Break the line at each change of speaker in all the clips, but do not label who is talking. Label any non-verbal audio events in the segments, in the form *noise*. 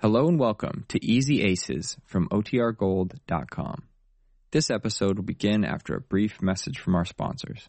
Hello and welcome to Easy Aces from OTRGold.com. This episode will begin after a brief message from our sponsors.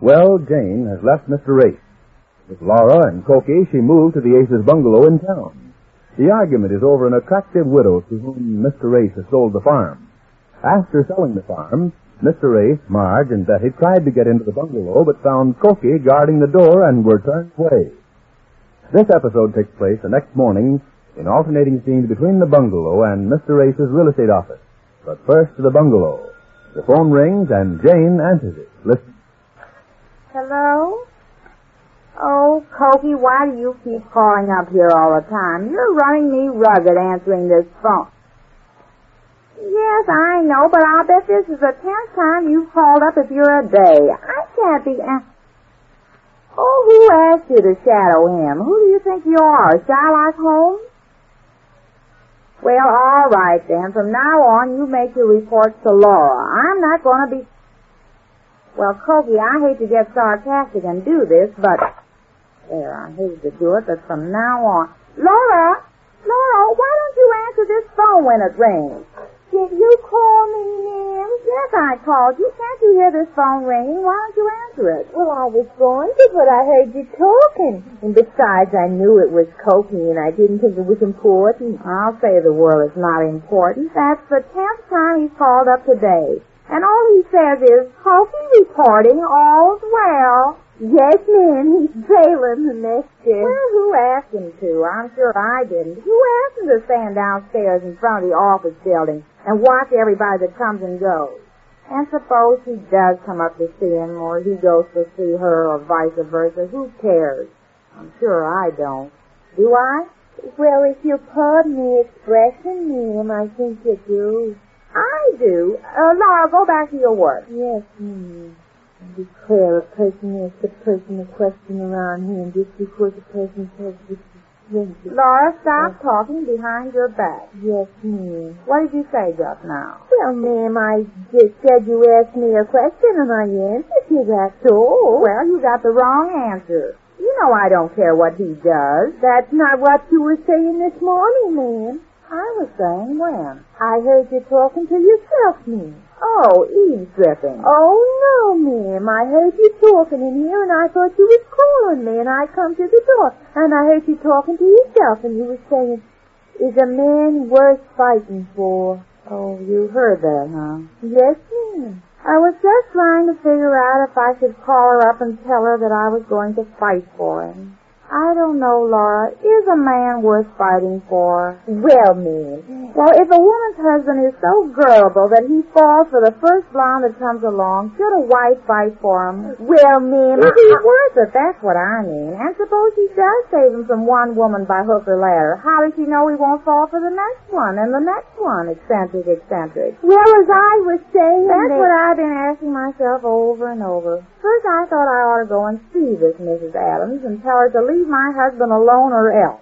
Well, Jane has left Mr. Race. With Laura and Cokie, she moved to the Aces bungalow in town. The argument is over an attractive widow to whom Mr. Race has sold the farm. After selling the farm, Mr. Race, Marge, and Betty tried to get into the bungalow but found Cokie guarding the door and were turned away. This episode takes place the next morning in alternating scenes between the bungalow and Mr. Race's real estate office. But first to the bungalow. The phone rings and Jane answers it. Listen.
Hello? Oh, Cokie, why do you keep calling up here all the time? You're running me rugged answering this phone. Yes, I know, but I'll bet this is the tenth time you've called up if you're a day. I can't be... a- Oh, who asked you to shadow him? Who do you think you are, Sherlock Holmes? Well, all right then. From now on, you make your reports to Laura. I'm not going to be well, Cokie, I hate to get sarcastic and do this, but there, I hate to do it, but from now on, Laura, Laura, why don't you answer this phone when it rings? Did you call me, Nance? Yes, I called you. Can't you hear this phone ringing? Why don't you answer it? Well, I was going to, but I heard you talking. And besides, I knew it was Cokie, and I didn't think it was important. I'll say the world is not important. That's the tenth time he's called up today. And all he says is, Cokie reporting, all's well. Yes, ma'am, he's bailing the mistress. Well, who asked him to? I'm sure I didn't. Who asked him to stand downstairs in front of the office building and watch everybody that comes and goes? And suppose he does come up to see him or he goes to see her or vice versa, who cares? I'm sure I don't. Do I? Well, if you pardon the expression, ma'am, I think you do. I do. Uh, Laura, go back to your work. Yes, ma'am. I declare a person is the person the question around here, and just because the person says this is Laura, stop talking behind your back. Yes, ma'am. What did you say just now? Well, ma'am, I just said you asked me a question, and I answered you, that's all. Well, you got the wrong answer. You know I don't care what he does. That's not what you were saying this morning, ma'am. I was saying when. I heard you talking to yourself, ma'am. Oh, eavesdripping. Oh, no, ma'am. I heard you talking in here and I thought you was calling me and I come to the door and I heard you talking to yourself and you was saying, is a man worth fighting for? Oh, you heard that, huh? Yes, ma'am. I was just trying to figure out if I should call her up and tell her that I was going to fight for him. I don't know, Laura. Is a man worth fighting for? Well, ma'am. Well, if a woman's husband is so gullible that he falls for the first blonde that comes along, should a wife fight for him? Well, ma'am. Is he worth it? That's what I mean. And suppose he does save him from one woman by hook or ladder. How does he know he won't fall for the next one and the next one? Eccentric, eccentric. Well, as I was saying. That's what I've been asking myself over and over. First, I thought I ought to go and see this Mrs. Adams and tell her to leave my husband alone or else.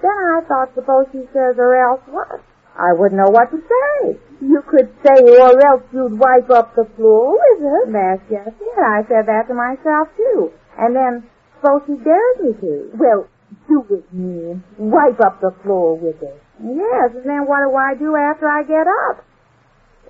Then I thought, suppose she says or else what? I wouldn't know what to say. You could say or else you'd wipe up the floor with her. That's just it. I said that to myself too. And then, suppose she dares me to. Well, do it, ma'am. Wipe up the floor with her. Yes, and then what do I do after I get up?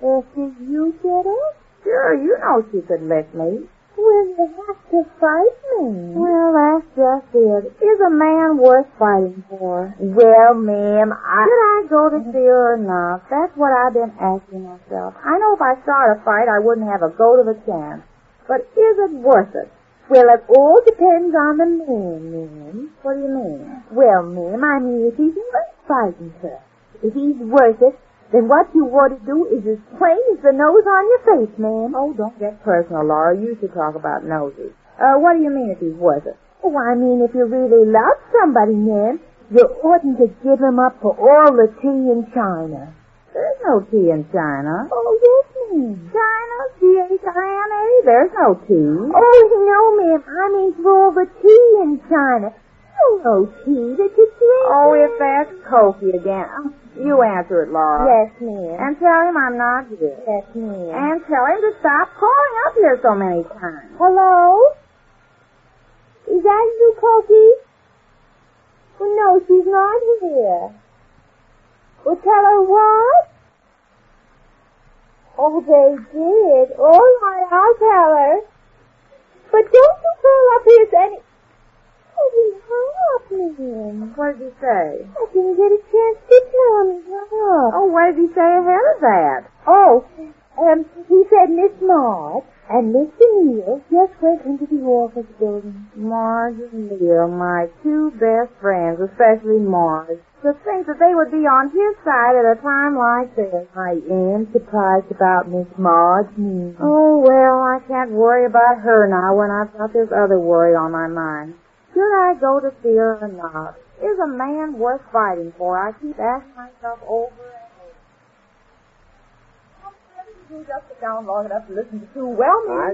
After you get up? Sure, you know she could lick me. Well, you have to fight me. Well, that's just it. Is a man worth fighting for? Well, ma'am, I... Should I go *laughs* to see her or not? That's what I've been asking myself. I know if I started a fight, I wouldn't have a goat of a chance. But is it worth it? Well, it all depends on the man, ma'am. What do you mean? Well, ma'am, I mean if he's worth fighting for. If he's worth it, then what you want to do is as plain as the nose on your face, ma'am. Oh, don't get personal, Laura. You should talk about noses. Uh, what do you mean if he's worth it? Oh, I mean if you really love somebody, ma'am,
You oughtn't to give him up for all the tea in China. There's no tea in China. Oh, yes, ma'am. China, C-H-I-N-A, there's no tea. Oh, no, ma'am. I mean for all the tea in China. Oh, no tea that you drink. Oh, if that's Kofi again. You answer it, Laura.
Yes, ma'am.
And tell him I'm not here.
Yes, ma'am.
And tell him to stop calling up here so many times.
Hello? Is that you, Pokey? Well, no, she's not here. Well, tell her what? Oh, they did. All right, I'll tell her. But don't you call up his any... Oh, he hung up, ma'am.
What did he say?
I didn't get a chance to tell him he hung up.
Oh, what did he say ahead of that?
Oh, um, he said Miss Maud and Mr. Neal just went into the office building.
Marge and Neil, my two best friends, especially Marge. To think that they would be on his side at a time like this. I am surprised about Miss Maud. Oh, well, I can't worry about her now when I've got this other worry on my mind. Should I go to see her or not? Is a man worth fighting for? I keep asking myself over and over.
You just sit down long enough to listen to two well-meaning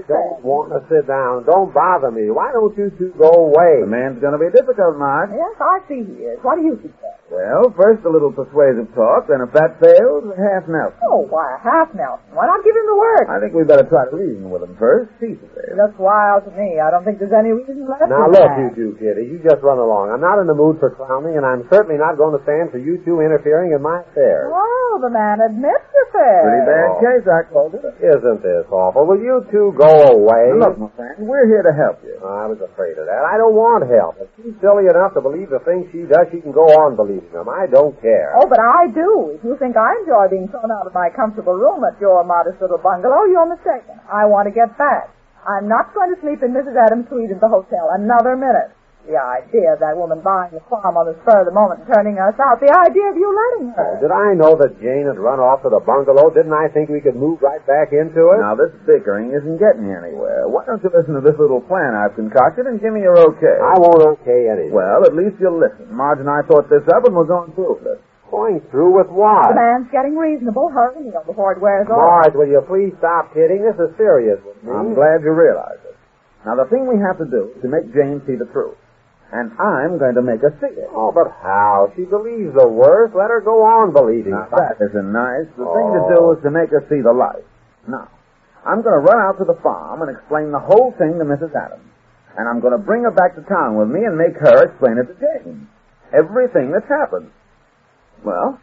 I don't want to sit down. Don't bother me. Why don't you two go
The
away?
man's going to be difficult, Marge.
Yes, I see he is. What do you think?
Well, first a little persuasive talk, then if that fails, a half now.
Oh, why, a half Nelson. Why not give him the word?
I think we better try to reason with him first,
It
peaceably.
looks wild to me. I don't think there's any reason left
Now
for
look, you
that.
two kiddies, you just run along. I'm not in the mood for clowning, and I'm certainly not going to stand for you two interfering in my affairs.
Well, the man admits affair.
Pretty bad
Oh.
case, I called it.
Isn't this awful? Will you two go away?
Look, my friend, we're here to help you.
I was afraid of that. I don't want help. If she's silly enough to believe the things she does, she can go on believing them. I don't care.
Oh, but I do. If you think I enjoy being thrown out of my comfortable room at your modest little bungalow, you're mistaken. I want to get back. I'm not going to sleep in Mrs. Adams' suite at the hotel another minute. The idea of that woman buying the farm on the spur of the moment and turning us out. The idea of you letting her.
Oh, Did I know that Jane had run off to the bungalow? Didn't I think we could move right back into it?
Now, this bickering isn't getting you anywhere. Why don't you listen to this little plan I've concocted and give me your okay?
I won't okay anything.
Well, at least you'll listen. Marge and I thought this up and we're going through with it.
going through with what?
The man's getting reasonable. Hurry, Neil, before it wears off.
Marge, will you please stop kidding? This is serious with me.
I'm glad you realize it. Now, the thing we have to do is to make Jane see the truth. And I'm going to make her see it.
Oh, but how? She believes the worst. Let her go on believing.
Now, that isn't nice. The thing to do
Oh.
is to make her see the light. Now, I'm going to run out to the farm and explain the whole thing to Mrs. Adams. And I'm going to bring her back to town with me and make her explain it to Jane. Everything that's happened. Well,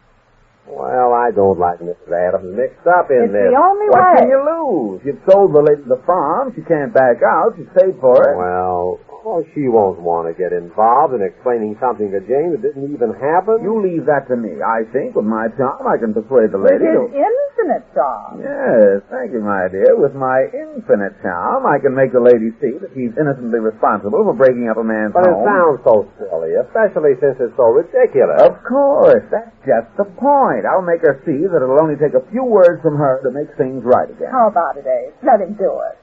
Well, I don't like Mrs. Adams mixed up in
It's
this.
the only
what
way.
can you lose? You've sold the lady the farm. She can't back out. She paid for it.
Well, oh, she won't want to get involved in explaining something to Jane that didn't even happen.
You leave that to me. I think with my charm I can persuade the lady.
With his
to-
infinite charm.
Yes, thank you, my dear. With my infinite charm, I can make the lady see that he's innocently responsible for breaking up a man's
But it
home.
sounds so silly, especially since it's so ridiculous.
Of course, that's just the point. I'll make her see that it'll only take a few words from her to make things right again.
How about it, Abe? Let him do it.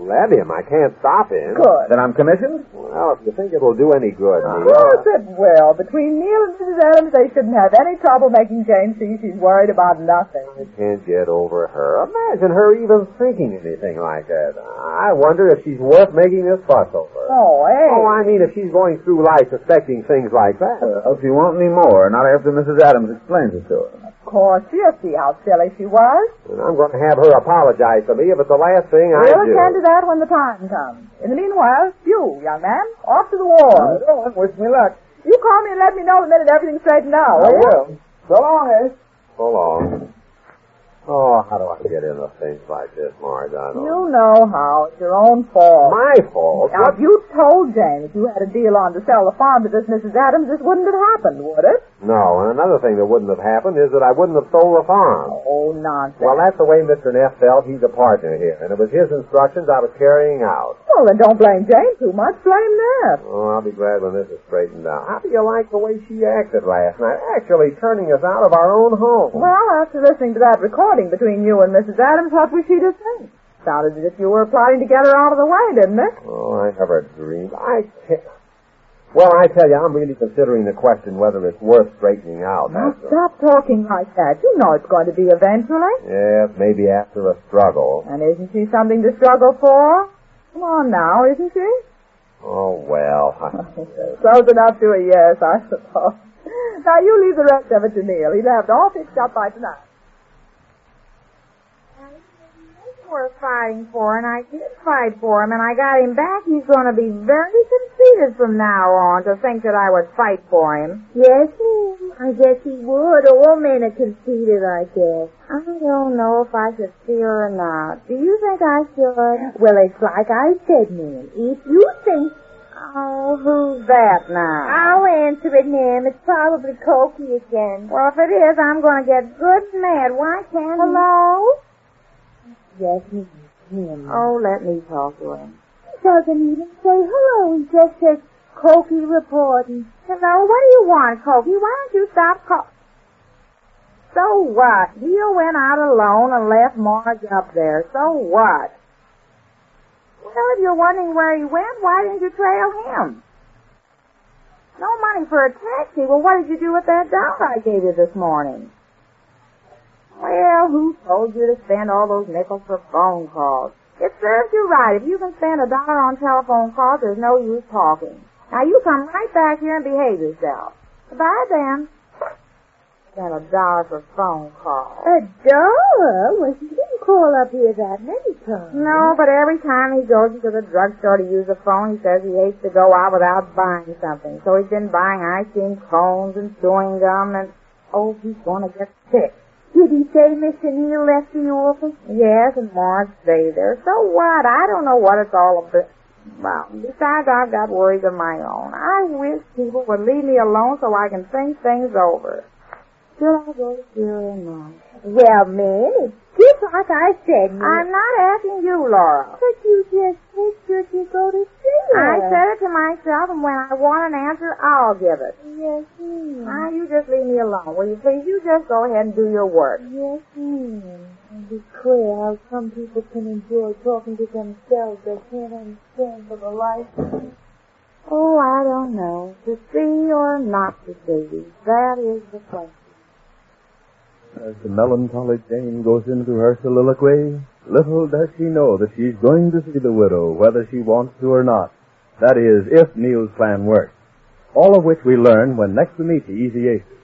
Let him. I can't stop him.
Good.
Then I'm commissioned?
Well, if you think it'll do any good,
Of
Neil.
course it will. Between Neil and Mrs. Adams, they shouldn't have any trouble making Jane see she's worried about nothing.
I can't get over her. Imagine her even thinking anything like that. I wonder if she's worth making this fuss over.
Oh, Abe.
Oh, I mean, if she's going through life suspecting things like that.
Uh, if you want any more, not after Mrs. Adams explains it to her.
Of course, you'll see how silly she was.
And I'm going to have her apologize to me if it's the last thing I
we'll
do.
attend to that when the time comes. In the meanwhile, you, young man, off to the war.
going. Wish me luck.
You call me and let me know the minute everything's straightened out, will you?
So long,
eh?
Ace.
So long. Oh, how do I get into things like this, Marge? I don't
You know how. It's your own fault.
My fault?
now,
What?
if you told Jane that you had a deal on to sell the farm to this Mrs. Adams, this wouldn't have happened, would it?
No, and another thing that wouldn't have happened is that I wouldn't have sold the farm.
Oh, nonsense.
Well, that's the way Mr. Neff felt. He's a partner here, and it was his instructions I was carrying out.
Well, then don't blame Jane too much. Blame Ned.
Oh, I'll be glad when this is straightened out. How do you like the way she acted last night? Actually turning us out of our own home.
Well, after listening to that recording between you and Mrs. Adams, what was she to think? Sounded as if you were plotting to get her out of the way, didn't it?
Oh, I never dreamed. I can't. Well, I tell you, I'm really considering the question whether it's worth straightening out.
Now,
That's all.
stop talking like that. You know it's going to be eventually.
Yes, maybe after a struggle.
And isn't she something to struggle for? Come on now, isn't she?
Oh, well.
*laughs* Close enough to a yes, I suppose. Now you leave the rest of it to Neil. He'll have it all fixed up by tonight.
We're fighting for, and I did fight for him, and I got him back. He's going to be very conceited from now on to think that I would fight for him.
Yes, ma'am. I guess he would. All men are conceited, I guess.
I don't know if I should fear or not. Do you think I should?
Well, it's like I said, ma'am. If you think
Oh, who's that now?
I'll answer it, ma'am, it's probably Cokie again.
Well, if it is, I'm going to get good mad. Why can't he-
Hello? Yes, ma'am. Him.
Oh, let me talk to him.
He doesn't even say hello. He just says Cokie reporting.
Hello, what do you want, Cokie? Why don't you stop call? So what? Neil went out alone and left Marge up there. So what? Well, if you're wondering where he went, why didn't you trail him? No money for a taxi. Well, what did you do with that dollar I gave you this morning? Well, who told you to spend all those nickels for phone calls? It serves you right. If you can spend a dollar on telephone calls, there's no use talking. Now you come right back here and behave yourself. Goodbye, then. Got a dollar for phone call.
A dollar? Well, he didn't call up here that many times.
No, but every time he goes into the drugstore to use the phone, he says he hates to go out without buying something. So he's been buying ice cream cones and chewing gum and, oh, he's gonna get sick.
Did he say Mr. Neal left the office?
Yes, and Marge stay there. So what? I don't know what it's all about. Well, besides, I've got worries of my own. I wish people would leave me alone so I can think things over. Should I go to Jerry or not?
Well, ma'am, it's just like I said, ma'am.
I'm not asking you, Laura.
But you just pictured you go to see
I
her.
said it to myself, and when I want an answer, I'll give it.
Yes, ma'am.
Now, you just leave me alone, will you please? You just go ahead and do your work.
Yes, ma'am. And it's clear how some people can enjoy talking to themselves they can't understand for the life of them.
Oh, I don't know. To see or not to see, that is the question.
As the melancholy Jane goes into her soliloquy, little does she know that she's going to see the widow, whether she wants to or not. That is, if Neil's plan works. All of which we learn when next we meet E the Easy Aces.